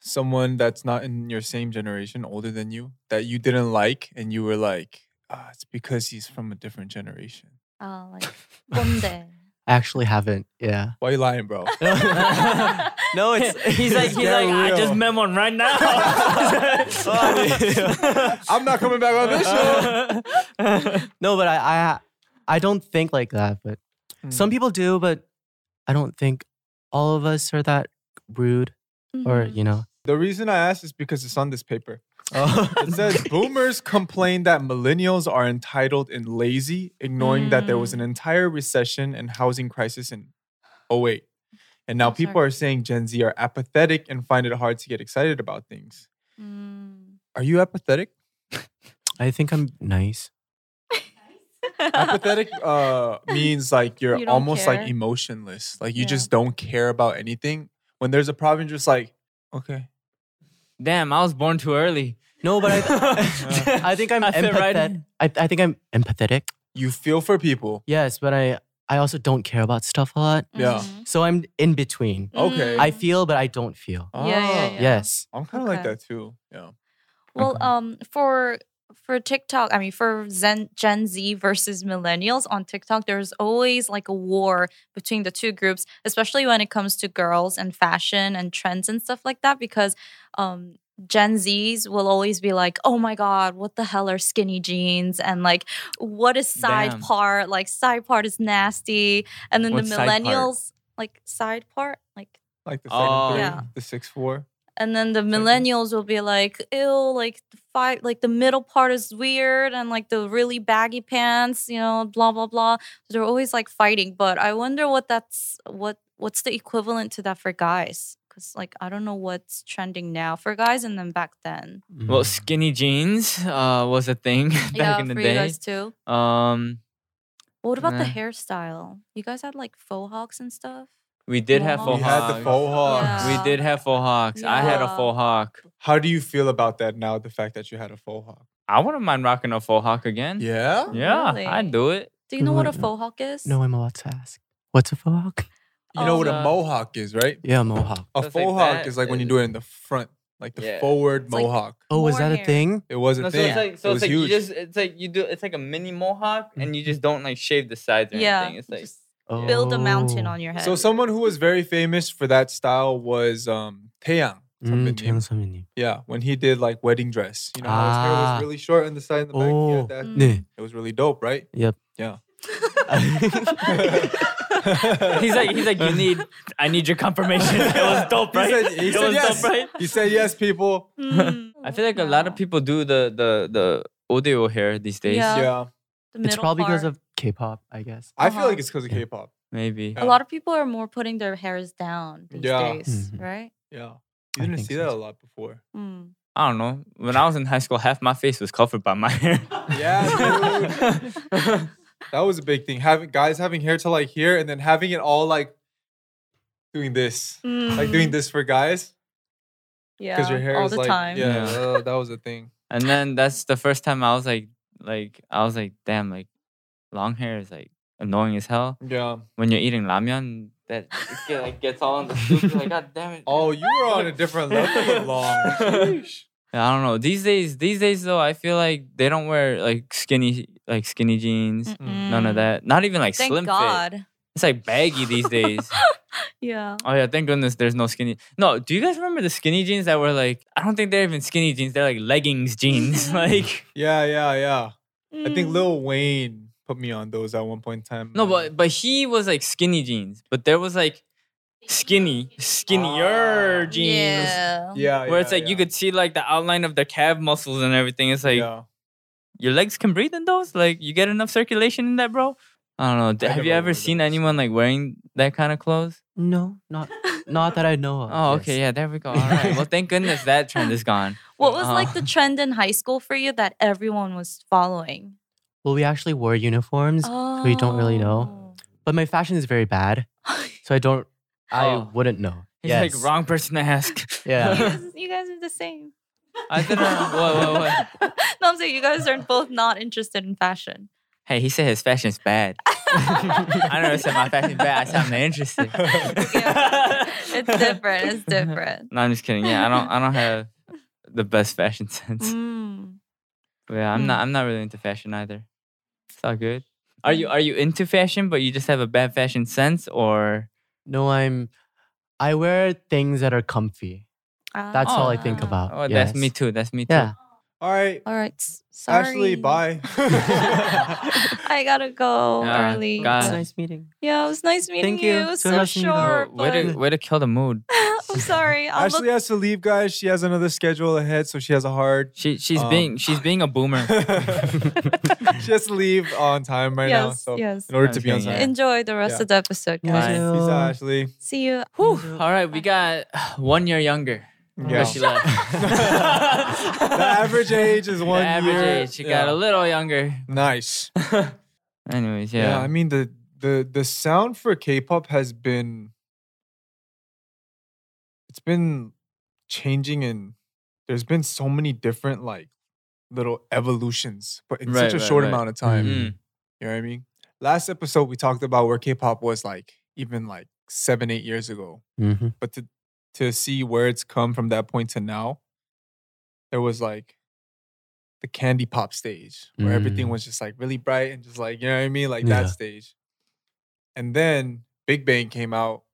S2: someone that's not in your same generation, older than you, that you didn't like, and you were like, ah, it's because he's from a different generation?
S4: Uh, like 뭔데?
S5: I actually haven't. Yeah.
S2: Why you lying, bro?
S5: No, it's
S3: he's like he's
S2: Get
S3: like I
S2: real.
S3: just
S2: Oh,
S3: met one right now.
S2: I'm not coming back on this show.
S5: no, but I, I I don't think like that. But some people do, but I don't think all of us are that rude or
S4: Mhm.
S5: you know.
S2: The reason I asked is because it's on this paper. It says boomers complain that millennials are entitled and lazy, ignoring that there was an
S4: Hmm.
S2: entire recession and housing crisis in 08. And now
S4: I'm sorry.
S2: people are saying Gen Z are apathetic and find it hard to get excited about things.
S4: Mm.
S2: Are you apathetic?
S5: I think I'm nice.
S2: apathetic uh, means like you're
S4: You don't
S2: almost
S4: care.
S2: like emotionless. Like you
S4: Yeah.
S2: just don't care about anything. When there's a problem, you're just like, okay.
S3: Damn, I was born too early.
S5: No, but I I think I'm
S3: I fit right
S5: empathetic.
S3: in.
S5: I, I think I'm empathetic.
S2: You feel for people.
S5: Yes, but I I also don't care about stuff a lot.
S2: Yeah.
S4: Mhm.
S5: So I'm in between.
S2: Okay.
S4: Mm-hmm.
S5: I feel, but I don't feel.
S4: Yeah, yeah,
S2: Oh,
S4: yeah.
S5: Yes.
S2: I'm kind of like
S4: Okay.
S2: that too. Yeah.
S4: Well,
S5: Okay.
S4: um, for for TikTok, I mean, for Zen, Gen Z versus millennials on TikTok, there's always like a war between the two groups, especially when it comes to girls and fashion and trends and stuff like that, because um. Gen Zs will always be like, oh my God, what the hell are skinny jeans? And like, what is side
S3: Damn.
S4: part? Like, side part is nasty. And then
S3: What's
S4: the
S3: side part?
S4: millennials, like, side part? Like,
S2: Like the second
S3: Oh.
S2: three,
S4: Yeah.
S2: the six four.
S4: and then the
S2: Second.
S4: millennials will be like, ew, like the five, like the middle part is weird, and like the really baggy pants, you know, blah blah blah. They're always like fighting, but I wonder what that's what what's the equivalent to that for guys? Because like I don't know what's trending now for guys, and then back then,
S3: well,
S5: Mm.
S3: skinny jeans uh, was a thing back
S4: yeah,
S3: in the
S4: for
S3: day.
S4: you guys too.
S3: Um,
S4: What about the
S3: Yeah.
S4: hairstyle? You guys had like faux hawks and stuff.
S3: we did have
S4: Mohawk.
S2: We
S3: faux
S2: had the
S3: hawks.
S2: faux hawks.
S4: Yeah.
S3: Oh We did have faux hawks. I had a
S4: Yeah.
S3: faux hawk.
S2: How do you feel about that now? The fact that you had a faux hawk.
S3: I wouldn't mind rocking a faux hawk again.
S2: Yeah.
S3: Yeah,
S4: Really?
S3: I'd do it.
S4: Do you know what a
S5: Mohawk.
S4: faux hawk is?
S5: No, I'm allowed to ask. What's a mohawk?
S2: You know what a
S3: Uh,
S2: mohawk is, right?
S5: Yeah, mohawk.
S2: A
S3: Just
S2: faux
S3: like
S2: hawk
S3: that
S2: is like when you
S3: is-
S2: do it in the front, like the
S3: Yeah.
S2: forward
S4: It's like-
S2: mohawk.
S5: Oh, was
S4: More
S5: that a
S4: hair.
S5: thing?
S2: it was a
S3: No, so
S2: thing.
S3: it's like so
S2: it was
S3: it's like
S2: huge.
S3: you just it's like you do it's like a mini mohawk and you just don't like shave the sides or
S4: Yeah,
S3: anything. It's like
S4: just build a mountain
S5: Oh.
S4: on your head.
S2: so someone who was very famous for that style was um Taeyang.
S5: Mm,
S2: 선배님.
S5: 태양 선배님.
S2: Yeah, when he did like wedding dress, you know, how his hair
S5: Ah.
S2: was really short on the side and the back. He
S5: Oh,
S2: had that.
S4: Mm.
S5: 네.
S2: It was really dope, right?
S5: Yep.
S2: Yeah.
S3: he's like he's like you need I need your confirmation. it was dope,
S2: He
S3: right?
S2: said- he
S3: it
S2: said
S3: was
S2: yes.
S3: dope, right?
S2: he said yes, people.
S4: Mm,
S3: I feel like a lot of
S4: wow.
S3: people do the the the audio hair these days.
S4: Yeah.
S2: Yeah,
S4: The
S5: It's
S4: middle
S5: probably because
S4: part.
S5: of K-pop, I guess.
S2: I feel
S4: Uh-huh.
S2: like it's because of K-pop.
S3: Maybe.
S4: A lot of people are more putting their hairs down these
S2: Yeah.
S4: days,
S3: Mm-hmm.
S5: Mhm.
S4: right?
S2: Yeah,
S5: I
S2: you didn't
S5: think
S2: see
S5: so.
S2: that a lot before.
S4: Mm.
S3: I don't know. When I was in high school, half my face was covered by my hair.
S2: Yeah, dude. that was a big thing. Having guys having hair to like here, and then having it all like doing this, like doing this for guys
S4: Mm, yeah,
S2: because your hair
S4: all
S2: is
S4: the
S2: like
S4: time.
S2: yeah,
S3: Yeah.
S2: uh, that was a thing.
S3: and then that's the first time I was like like I was like, damn, like long hair is like annoying as hell.
S2: Yeah.
S3: When you're eating ramyun, that it get, like gets all on the soup. You're like, god damn it.
S2: Oh, you were on a different level of long. Sheesh.
S3: I don't know. These days, these days though, I feel like they don't wear like skinny, like skinny jeans. None
S4: Mm-mm.
S3: of that. Not even like
S4: Thank
S3: slim fit.
S4: God.
S3: It's like baggy these days.
S4: Yeah.
S3: oh yeah, thank goodness there's no skinny. No, do you guys remember the skinny jeans that were like? I don't think they're even skinny jeans. They're like leggings jeans. like
S2: Yeah, yeah, yeah. I think
S4: Mm.
S2: Lil Wayne put me on those at one point in time.
S3: no,
S2: uh,
S3: but but he was like skinny jeans. But there was like skinny, skinnier
S2: Ah.
S3: jeans.
S4: Oh, Yeah.
S2: yeah,
S3: Where it's
S2: yeah,
S3: like
S2: yeah.
S3: you could see like the outline of their calf muscles and everything. It's like
S2: yeah.
S3: your legs can breathe in those? Like you get enough circulation in that, bro? I don't know. D-
S2: I
S3: Have
S2: never
S3: you
S2: wore
S3: ever seen
S2: those.
S3: anyone like wearing that kind of clothes?
S5: No, not not that I know of.
S3: Oh, okay,
S5: yes.
S3: yeah, there we go. All right. Well, thank goodness that trend is gone.
S4: What was like
S3: Uh.
S4: the trend in high school for you that everyone was following?
S5: Well, we actually wore uniforms, we don't really know. but my fashion is very bad,
S4: Oh.
S5: so I don't. I
S3: Oh.
S5: wouldn't know.
S3: He's
S5: yes.
S3: like wrong person to ask.
S4: you,
S5: Yeah.
S4: guys, you guys are the same.
S3: I didn't. What? What? What?
S4: no, I'm saying you guys are both not interested in fashion.
S3: Hey, he said his fashion's bad. I never said my fashion's bad. I said I'm not interested.
S4: It's different. It's different.
S3: No, I'm just kidding. Yeah, I don't. I don't have the best fashion sense.
S4: Mm.
S3: But yeah, I'm
S4: Mm.
S3: not. I'm not really into fashion either. It's all good. Are you Are you into fashion, but you just have a bad fashion sense, or
S5: No, I'm. I wear things that are comfy. That's all I think
S4: Ah.
S5: about.
S3: oh,
S5: yes.
S3: that's me too. That's me too.
S5: Yeah.
S2: All right.
S4: All right. s- Sorry.
S2: Ashley, bye.
S4: I gotta go
S3: Yeah,
S4: early.
S3: got
S5: It's
S3: Uh,
S5: nice meeting.
S4: Yeah, it was nice meeting
S5: Thank you.
S4: It was
S5: So
S4: so
S5: nice meeting you.
S3: Oh,
S4: short.
S3: way to
S4: but-
S3: Way to kill the mood.
S4: I'm sorry. I'll
S2: Ashley
S4: look.
S2: has to leave, guys. She has another schedule ahead, so she has a hard.
S3: She She's
S2: Um,
S3: being She's being a boomer.
S2: she has to leave on time right now.
S4: Yes.
S2: So
S4: yes.
S2: in order to be on
S3: Okay,
S2: time.
S3: yeah.
S4: Enjoy the rest
S2: Yeah.
S4: of the episode,
S5: Yeah.
S3: Bye.
S4: guys.
S5: Thank
S2: Peace
S5: you.
S2: out, Ashley.
S4: See you.
S3: Whew. All right, we got one year younger.
S2: Yeah.
S4: Oh.
S3: Yeah. She left.
S2: The average age is one
S3: the average
S2: year.
S3: age. She got
S2: Yeah.
S3: a little younger.
S2: nice.
S3: Anyways,
S2: Yeah.
S3: yeah.
S2: I mean the the the sound for K-pop has been it's been changing and there's been so many different like little evolutions, but in
S3: Right,
S2: such a
S3: right,
S2: short
S3: right.
S2: amount of time.
S3: Mm.
S2: You know what I mean? Last episode we talked about where K-pop was like even like seven, eight years ago.
S5: Mhm.
S2: But to to see where it's come from that point to now, there was like the candy pop stage where everything
S5: Mm.
S2: was just like really bright and just like, you know what I mean? Like
S5: Yeah.
S2: that stage. And then Big Bang came out.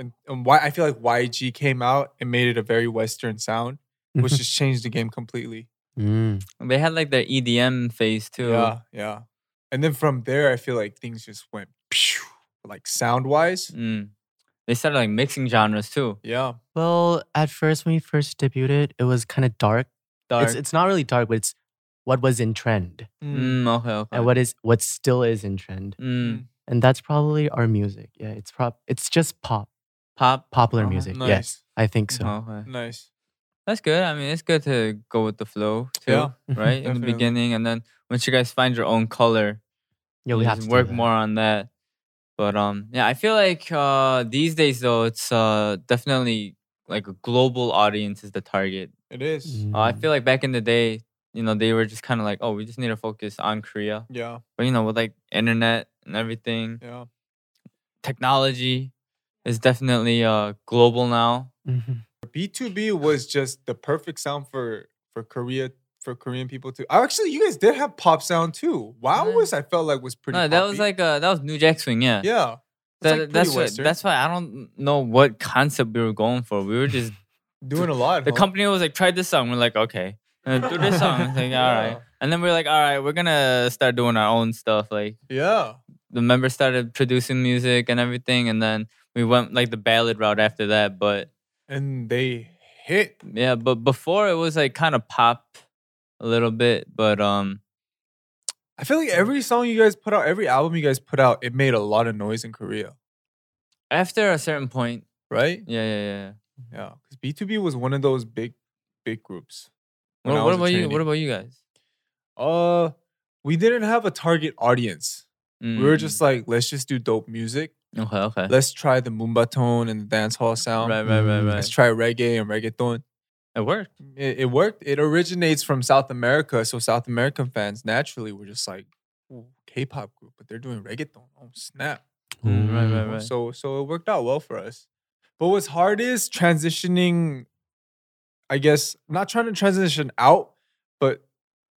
S2: And, and why I feel like YG came out and made it a very Western sound, which just changed the game completely.
S5: Mm.
S3: They had like their EDM phase too.
S2: Yeah, yeah. And then from there, I feel like things just went pew, like sound wise.
S3: Mm. They started like mixing genres too.
S2: Yeah,
S5: Well, at first when we first debuted, it was kind of dark.
S3: Dark.
S5: It's it's not really dark, but it's what was in trend
S3: mm, okay, okay.
S5: and what is what still is in trend,
S3: Mm.
S5: and that's probably our music. Yeah, it's prop. It's just pop,
S3: Pop.
S5: popular
S3: Oh,
S5: music.
S2: nice,
S5: Yes, I think so.
S3: Okay.
S2: nice.
S3: That's good. I mean, it's good to go with the flow too,
S2: Yeah,
S3: right? In the
S2: definitely.
S3: beginning, and then once you guys find your own color,
S5: Yeah, we
S3: you
S5: have
S3: just
S5: to do
S3: work
S5: that.
S3: more on that. But um, yeah, I feel like uh, these days though, it's uh, definitely like a global audience is the target.
S2: It is.
S3: Uh, I
S5: Mm.
S3: feel like back in the day, you know, they were just kind of like, oh, we just need to focus on Korea.
S2: Yeah,
S3: But you know, with like internet and everything,
S2: yeah.
S3: technology is definitely uh global now.
S5: Mhm.
S2: B two B was just the perfect sound for for Korea for Korean people too. Oh, Actually, you guys did have pop sound too. Wow,
S3: Yeah.
S2: was I felt like was pretty.
S3: Mm. No, that was
S2: poppy.
S3: like uh that was New Jack Swing, yeah.
S2: yeah.
S3: That,
S2: like
S3: that's
S2: pretty
S3: what,
S2: Western.
S3: that's why I don't know what concept we were going for. We were just
S2: doing a lot.
S3: the
S2: huh?
S3: company was like, try this song. We're like, okay, And do this song. It's like, all
S2: Yeah.
S3: right, and then we're like, all right, we're gonna start doing our own stuff. Like
S2: Yeah,
S3: the members started producing music and everything, and then we went like the ballad route after that. But
S2: and they hit.
S3: Yeah, but before it was like kind of pop a little bit, but um
S2: I feel
S3: Mm.
S2: like every song you guys put out, every album you guys put out, it made a lot of noise in Korea,
S3: after a certain point,
S2: right?
S3: yeah, yeah, yeah.
S2: Yeah, because B two B was one of those big, big groups. when I was a
S3: What, what about you? What
S2: trainee.
S3: about you guys?
S2: Uh, we didn't have a target audience. We were just like, let's just do dope music.
S3: Mm, okay, okay,
S2: Let's try the Moomba tone and the dance hall sound.
S3: right, right, right,
S5: Mm.
S3: right.
S2: Let's try reggae and reggaeton.
S3: It worked.
S2: It, it worked. It originates from South America, so South American fans naturally were just like, "Ooh, K-pop group, but they're doing reggaeton. Oh snap!
S3: Mm,
S5: Mm.
S3: right, right,
S2: know?
S3: right.
S2: So so it worked out well for us. But what's hard is transitioning. I guess not trying to transition out, but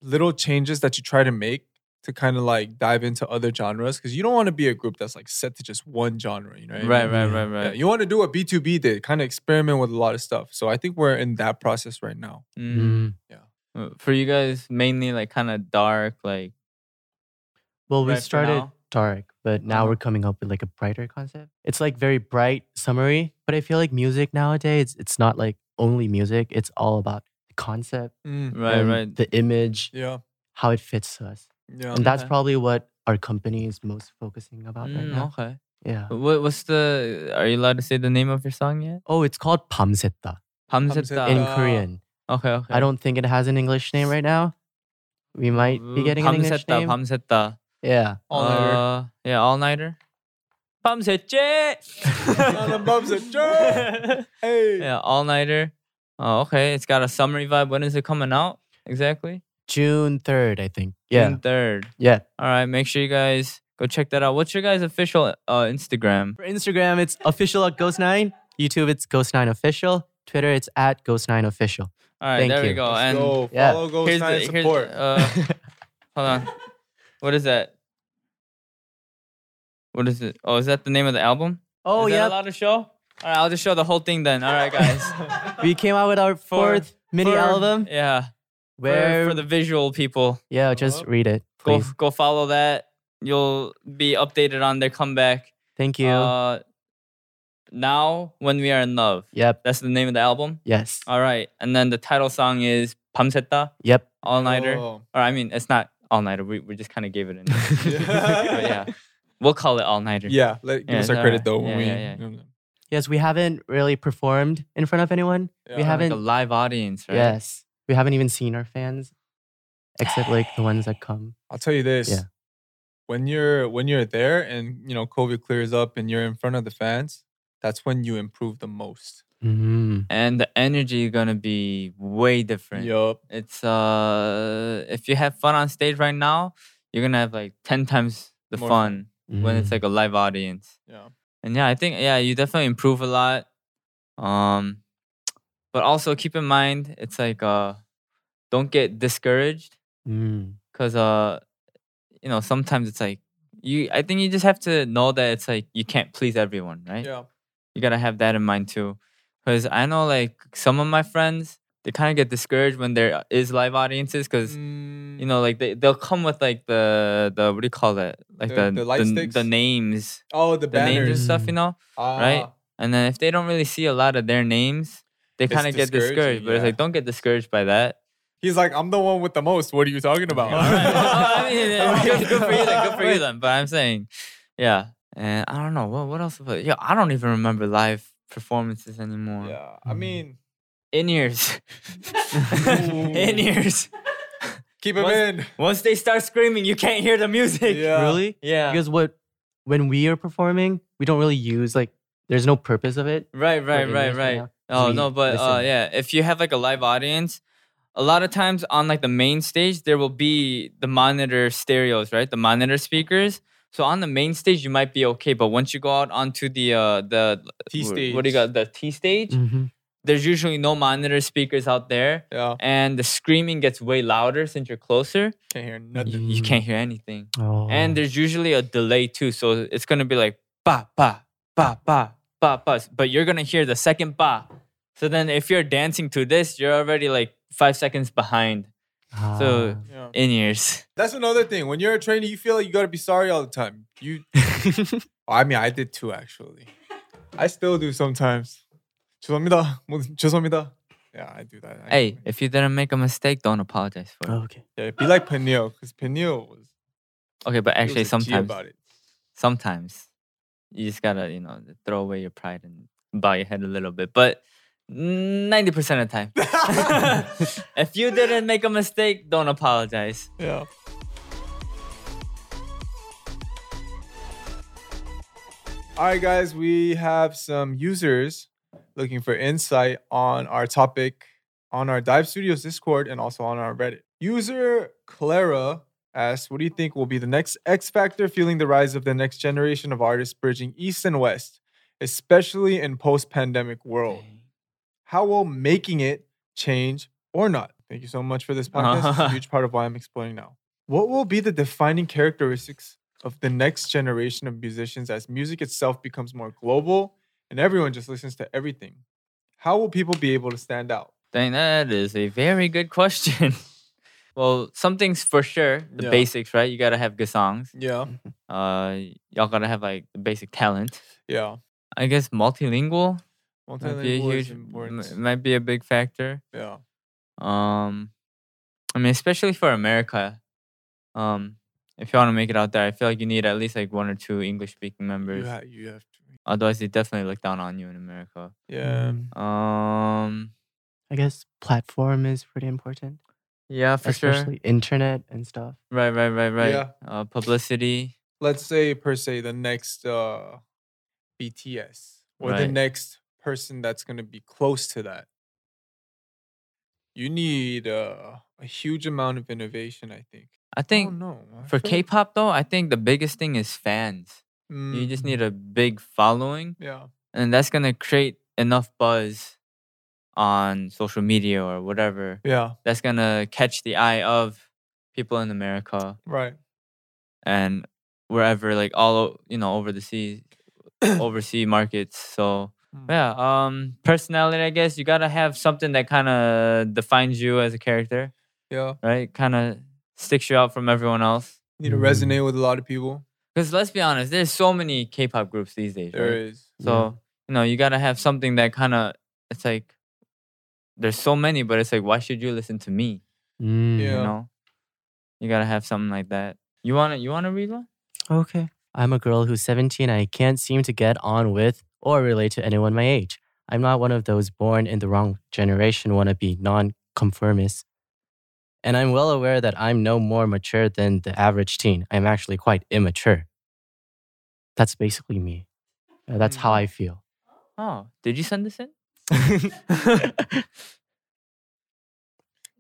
S2: little changes that you try to make to kind of like dive into other genres because you don't want to be a group that's like set to just one genre. You know, what I mean?
S3: Right, right,
S5: Yeah.
S3: right,
S2: Yeah,
S3: right.
S2: you want to do what B2B did, kind of experiment with a lot of stuff. So I think we're in that process right now.
S3: Mm.
S5: Mm.
S3: Uh, For you guys, mainly like kind of dark, like
S5: Well, we
S3: right for
S5: started
S3: now?
S5: dark, but now
S3: Uh-huh.
S5: we're coming up with like a brighter concept. It's like very bright, summery, but I feel like music nowadays, it's not like only music. It's all about the concept,
S3: right,
S5: and
S3: right.
S5: the image,
S2: Yeah.
S5: how it fits to us.
S2: Yeah.
S5: And that's
S3: Okay.
S5: probably what our company is most focusing about right
S3: Mm,
S5: now.
S3: okay.
S5: Yeah.
S3: What, what's the? Are you allowed to say the name of your song yet?
S5: Oh, it's called Pamsetta
S3: Pamsetta.
S5: in
S2: Uh,
S5: Korean.
S3: okay, okay.
S5: I don't think it has an English name right now. We might be getting an English
S3: Pamsetta,
S5: name.
S3: Pamsetta.
S5: yeah.
S2: All-nighter.
S3: Uh, yeah, all nighter. 밤새째.
S2: On the bumps and jerk. hey.
S3: yeah, all nighter. Oh, okay. It's got a summery vibe. When is it coming out exactly?
S5: June 3rd, I think. Yeah.
S3: June third.
S5: yeah.
S3: All right, make sure you guys go check that out. What's your guys' official uh, Instagram?
S5: For Instagram, it's official at Ghost9. YouTube, it's Ghost9Official. Twitter, it's at Ghost9Official.
S3: All right,
S5: Thank
S3: there we
S5: you.
S3: go.
S2: Let's
S3: and
S2: go.
S5: yeah.
S2: follow Ghost
S3: here's
S2: Nine
S3: the,
S2: and
S3: here's,
S2: support.
S3: uh, hold on. What is that? What is it? Oh, is that the name of the album?
S5: Oh,
S3: is
S5: yeah.
S3: That allowed to show? All right, I'll just show the whole thing then. All right, guys.
S5: We came out with our fourth mini
S3: For-
S5: album.
S3: Yeah. for-
S5: Where,
S3: for the visual people.
S5: yeah, just
S2: up.
S5: read it,
S3: go
S5: please.
S3: go follow that. You'll be updated on their comeback.
S5: Thank you.
S3: Uh, now when we are in love.
S5: yep.
S3: That's the name of the album.
S5: Yes.
S3: All right, and then the title song is "밤새다"
S5: yep.
S3: all nighter.
S2: Oh.
S3: Or I mean, it's not all nighter. We we just kind of gave it in. but
S2: yeah.
S3: yeah, we'll call it all nighter.
S2: Yeah, let, give
S3: Yeah,
S2: us our
S3: it's
S2: credit
S3: alright.
S2: though when
S3: Yeah,
S2: we.
S3: yeah, yeah.
S2: you know,
S5: Yes, we haven't really performed in front of anyone.
S2: yeah.
S5: We haven't.
S3: like a live audience, right?
S5: Yes. We haven't even seen our fans, except like the ones that come.
S2: I'll tell you this.
S5: Yeah.
S2: When you're when you're there and you know COVID clears up and you're in front of the fans, that's when you improve the most.
S5: Mm-hmm.
S3: And the energy gonna be way different.
S2: Yup.
S3: It's uh, if you have fun on stage right now, you're gonna have like ten times the
S2: More
S3: fun.
S2: fun.
S3: when it's like a live audience.
S2: Yeah.
S3: And yeah, I think yeah, you definitely improve a lot. Um but also keep in mind it's like uh don't get discouraged
S5: Mm-hmm. Mm.
S3: cuz uh you know, sometimes it's like you I think you just have to know that it's like you can't please everyone, right?
S2: Yeah.
S3: You got to have that in mind too. Cuz I know like some of my friends they kind of get discouraged when there uh, is live audiences cuz
S2: Mm,
S3: you know, like they they'll come with like the the what do you call it? Like
S2: The-
S3: the
S2: the light sticks?
S3: the names,
S2: oh, the,
S3: the names and
S2: banners.
S3: stuff, you know. right?
S2: Ah,
S3: And then if they don't really see a lot of their names, they
S2: It's
S3: kind of get
S2: discouraging,
S3: discouraged. But it's
S2: yeah.
S3: like don't get discouraged by that.
S2: He's like, I'm the one with the most. What are you talking about?
S3: All right. Well, I mean, yeah, good, good for you, then, good for you then. But I'm saying, yeah. And I don't know what what else. But yeah, I don't even remember live performances anymore.
S2: Yeah. I mean,
S3: In ears, in
S2: Ooh.
S3: ears.
S2: keep him
S3: Once-
S2: in.
S3: Once they start screaming, you can't hear the music.
S2: Yeah.
S5: Really?
S3: Yeah.
S5: Because what when we are performing, we don't really use like there's no purpose of it.
S3: Right, right,
S5: in
S3: right,
S5: ears right
S3: right.
S5: now,
S3: Oh
S5: we
S3: no, but uh,
S5: listen.
S3: yeah, if you have like a live audience, a lot of times on like the main stage there will be the monitor stereos, right? The monitor speakers. So on the main stage you might be okay, but once you go out onto the uh the
S2: T
S3: wh- what do you
S2: stage.
S3: got the T stage? There's usually no monitor speakers out there,
S2: Yeah.
S3: and the screaming gets way louder since you're closer.
S2: Can't hear nothing.
S3: You
S5: Mm.
S3: can't hear anything,
S5: Oh.
S3: and there's usually a delay too, so it's gonna be like ba ba ba ba ba ba. But you're gonna hear the second ba. So then if you're dancing to this, you're already like five seconds behind
S5: Ah.
S3: so-
S2: Yeah.
S3: in ears.
S2: That's another thing. When you're a trainee, you feel like you gotta be sorry all the time. You I mean, I did too, actually. I still do sometimes. 죄송합니다. 뭐, 죄송합니다. Yeah, I do that. I-
S3: Hey, if you didn't make a mistake, don't apologize for it.
S5: okay.
S2: Yeah, be like Peniel, because Peniel was
S3: Okay, but
S2: he
S3: actually
S2: Oh. was a G
S3: sometimes
S2: about it.
S3: sometimes you just gotta, you know, throw away your pride and bow your head a little bit. But 90% of the time. if you didn't make a mistake, don't apologize.
S2: Yeah. All right, guys, we have some users looking for insight on our topic on our Dive Studios Discord and also on our Reddit. User Clara asks, What do you think will be the next X Factor fueling the rise of the next generation of artists bridging East and West, especially in post pandemic world? How will making it change or not? Thank you so much for this podcast.
S3: Uh-huh.
S2: It's a huge part of why I'm exploring now. What will be the defining characteristics of the next generation of musicians as music itself becomes more global and everyone just listens to everything? How will people be able to stand out?
S3: Dang, that is a very good question. well, something's for sure the
S2: Yeah.
S3: basics, right? You gotta have good songs.
S2: Yeah.
S3: Uh, y'all gotta have like the basic talent.
S2: Yeah.
S3: I guess multilingual might be a
S2: Multilingual is
S3: huge,
S2: important.
S3: m- might be a big factor.
S2: Yeah.
S3: Um, I mean, especially for America, um, if you want to make it out there, I feel like you need at least like one or two English speaking
S2: You,
S3: members.
S2: ha- you have to.
S3: Otherwise, they definitely look down on you in America.
S2: Yeah.
S3: Um,
S5: Mm. I guess platform is pretty important,
S3: yeah, for sure.
S5: especially internet and stuff.
S3: Right, right, right, right.
S2: Yeah.
S3: Uh, publicity.
S2: Let's say, per se, the next uh, BTS or the
S3: Right.
S2: next person that's going to be close to that. You need uh, a huge amount of innovation. I think.
S3: I
S2: I
S3: think
S2: don't know. I
S3: for
S2: feel-
S3: K-pop though, I think the biggest thing is fans. You just
S2: Mm,
S3: need a big following,
S2: Yeah.
S3: and that's gonna create enough buzz on social media or whatever
S2: Yeah.
S3: that's gonna catch the eye of people in America
S2: Right.
S3: and wherever, like all o- you know, over the seas, overseas markets. So
S2: Mm.
S3: yeah, um, personality, I guess you gotta have something that kind of defines you as a character,
S2: Yeah.
S3: right? Kind of sticks you out from everyone else.
S2: Need to
S5: Mm.
S2: resonate with a lot of people.
S3: Because let's be honest, there's so many K-pop groups these days.
S2: There
S3: right?
S2: is.
S3: So you know, you gotta have something that kind of it's like there's so many, but it's like why should you listen to me?
S5: Mm.
S2: Yeah.
S3: You know, you gotta have something like that. You wanna you wanna read one?
S5: Okay. I'm a girl who's 17 and I can't seem to get on with or relate to anyone my age. I'm not one of those born in the wrong generation wannabe non-conformists. And I'm well aware that I'm no more mature than the average teen. I'm actually quite immature. That's basically me. Uh, That's how I feel.
S3: Oh, did you send this in?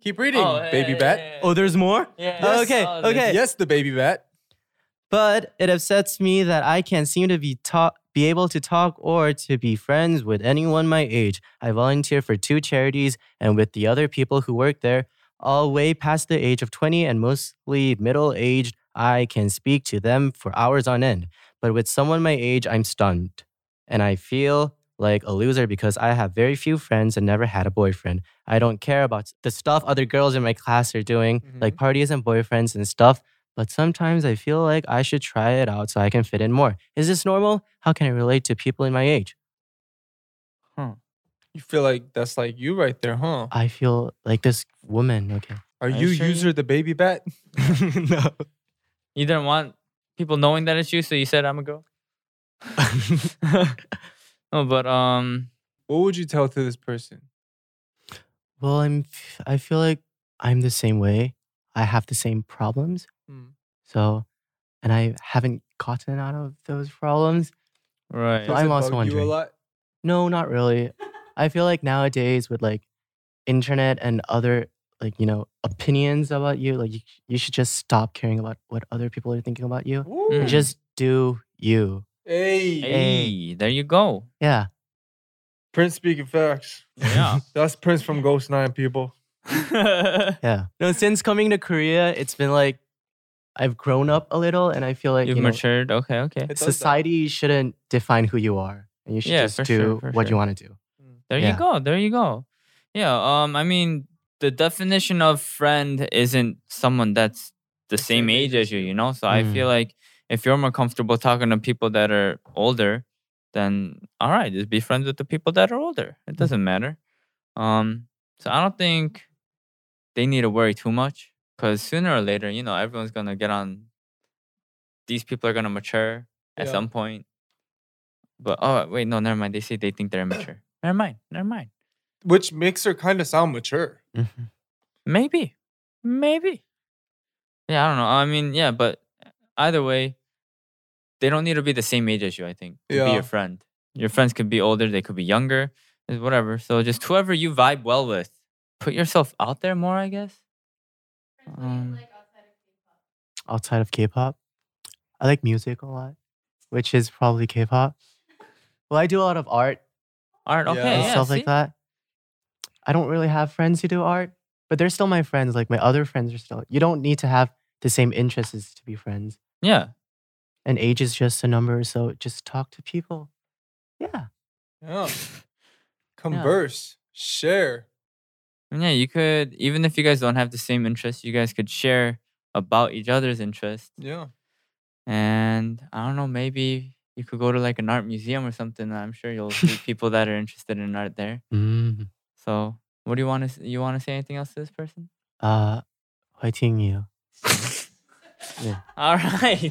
S2: Keep reading, baby bat.
S5: oh, there's more?
S3: Yeah. Oh,
S5: Yes. Okay, okay.
S2: Yes, the baby bat.
S5: But it upsets me that I can't seem to be talk, be able to talk or to be friends with anyone my age. I volunteer for two charities and with the other people who work there, all way past the age of 20 and mostly middle-aged, I can speak to them for hours on end. But with someone my age, I'm stunned. And I feel like a loser because I have very few friends and never had a boyfriend. I don't care about the stuff other girls in my class are doing, like parties and boyfriends and stuff but sometimes I feel like I should try it out so I can fit in more. Is this normal? How can I relate to people in my age?
S2: You feel like that's like you right there, huh?
S5: I feel like this woman, okay.
S2: Are
S3: Are you
S2: you
S3: sure you-
S2: user the baby bat?
S5: no.
S3: You didn't want people knowing that it's you, so you said I'm a girl. no, but um,
S2: What would you tell to this person?
S5: Well, I'm f- I feel like I'm the same way. I have the same problems.
S2: Mm.
S5: So, and I haven't gotten out of those problems.
S3: right.
S5: So
S2: Does
S5: I'm
S2: it
S5: also
S2: bug you a
S5: wondering.
S2: lot?
S5: No, not really. I feel like nowadays with like internet and other like, you know, opinions about you, like you, you should just stop caring about what other people are thinking about you.
S3: Mm.
S5: Just do you.
S2: Hey.
S3: Hey, there you go.
S5: Yeah.
S2: Prince speaking facts.
S3: Yeah.
S2: That's Prince from Ghost Nine, people.
S5: Yeah. No, since coming to Korea, it's been like I've grown up a little and I feel like
S3: You've
S5: you know,
S3: matured. Okay, okay.
S2: It does that.
S5: society shouldn't define who you are. And you should
S3: Yeah,
S5: just
S3: for
S5: do
S3: sure, for
S5: what you
S3: sure.
S5: want to do.
S3: There you
S5: Yeah.
S3: go. There you go. Yeah. Um. I mean, the definition of friend isn't someone that's the same
S2: same age
S3: age as you. You know. So I
S5: Mm.
S3: feel like if you're more comfortable talking to people that are older, then all right, just be friends with the people that are older.
S5: Mm.
S3: It doesn't matter. Um. So I don't think they need to worry too much because sooner or later, you know, everyone's gonna get on. These people are gonna mature at
S2: Yeah.
S3: some point. But oh wait, no, never mind. They say they think they're immature. never mind. Never mind.
S2: Which makes her kind of sound mature.
S3: Mm-hmm. Maybe. Maybe. Yeah, I don't know. I mean, yeah, but either way, they don't need to be the same age as you, I think. To be
S2: Yeah.
S3: your friend. Your friends could be older, they could be younger, it's whatever. So just whoever you vibe well with, put yourself out there more, I guess. Um,
S5: Outside of K pop, I like music a lot, which is probably K pop. Well, I do a lot of art
S3: art,
S2: Yeah.
S3: okay.
S5: and
S3: Yeah,
S5: stuff
S3: see?
S5: like that. I don't really have friends who do art, but they're still my friends. Like my other friends are still. You don't need to have the same interests as to be friends.
S3: Yeah.
S5: And age is just a number, so just talk to people. Yeah.
S3: Oh.
S2: Yeah. Converse, share.
S3: And yeah, you could, even if you guys don't have the same interests, you guys could share about each other's interests.
S2: Yeah.
S3: And I don't know, maybe you could go to like an art museum or something. I'm sure you'll meet people that are interested in art there. Mm-hmm.
S5: Mm.
S3: So, what do you want to you want to say anything else to this person?
S5: Uh, fighting you.
S3: All right.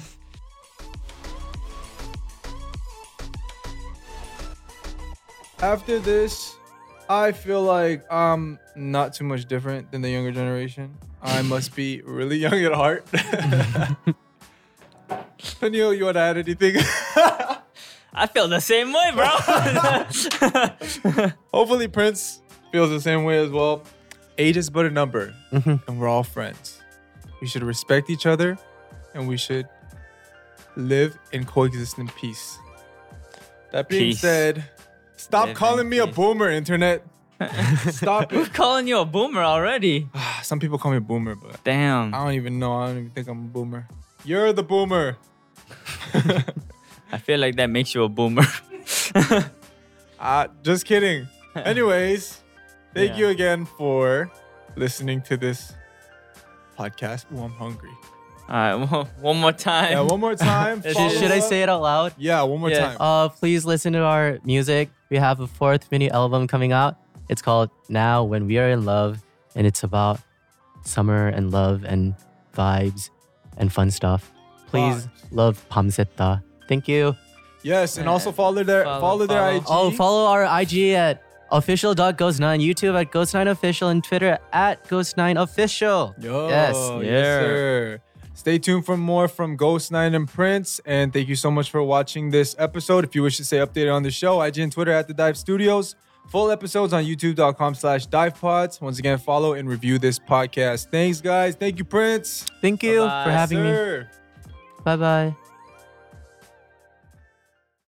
S2: After this, I feel like I'm not too much different than the younger generation. I must be really young at heart. Peniel, you want to add anything?
S3: I feel the same way, bro.
S2: Hopefully, Prince feels the same way as well. age is but a number,
S5: Mhm.
S3: Mm-hmm.
S2: and we're all friends. We should respect each other, and we should live and coexist in peace. That being
S3: Peace.
S2: said, stop
S3: Live in
S2: calling me a
S3: peace.
S2: boomer, internet. stop
S3: We're
S2: it. Ah,
S3: calling you a boomer already.
S2: Some people call me a boomer, but
S3: Damn.
S2: I don't even know. I don't even think I'm a boomer. You're the boomer.
S3: I feel like that makes you a boomer.
S2: Uh, just kidding. Anyways, thank
S3: Yeah.
S2: you again for listening to this podcast. Ooh, I'm hungry.
S3: All right, one- one more time.
S2: Yeah, one more time.
S3: Should-
S2: follow
S5: Should, should I
S2: us.
S5: say it out loud?
S2: Yeah, one more
S3: Yeah. Oh.
S2: time.
S5: Uh, please listen to our music. We have a fourth mini album coming out. It's called Now When We Are in Love, and it's about summer and love and vibes and fun stuff. Please love Pamsetta. Thank you.
S2: yes, and also follow their follow,
S3: Follow,
S2: their
S3: follow.
S2: IG.
S5: Oh, follow our IG at official.ghost9, YouTube at ghost9official, and Twitter at ghost9official.
S2: Yo,
S5: Yes.
S2: yes,
S3: Yeah.
S2: sir. Stay tuned for more from Ghost Nine and Prince. And thank you so much for watching this episode. If you wish to stay updated on the show, IG and Twitter at the Dive Studios. Full episodes on youtube.com slash dive pods. Once again, follow and review this podcast. Thanks, guys. Thank you, Prince.
S5: Thank you
S3: Bye-bye.
S5: for having me.
S2: Sir.
S5: Bye bye.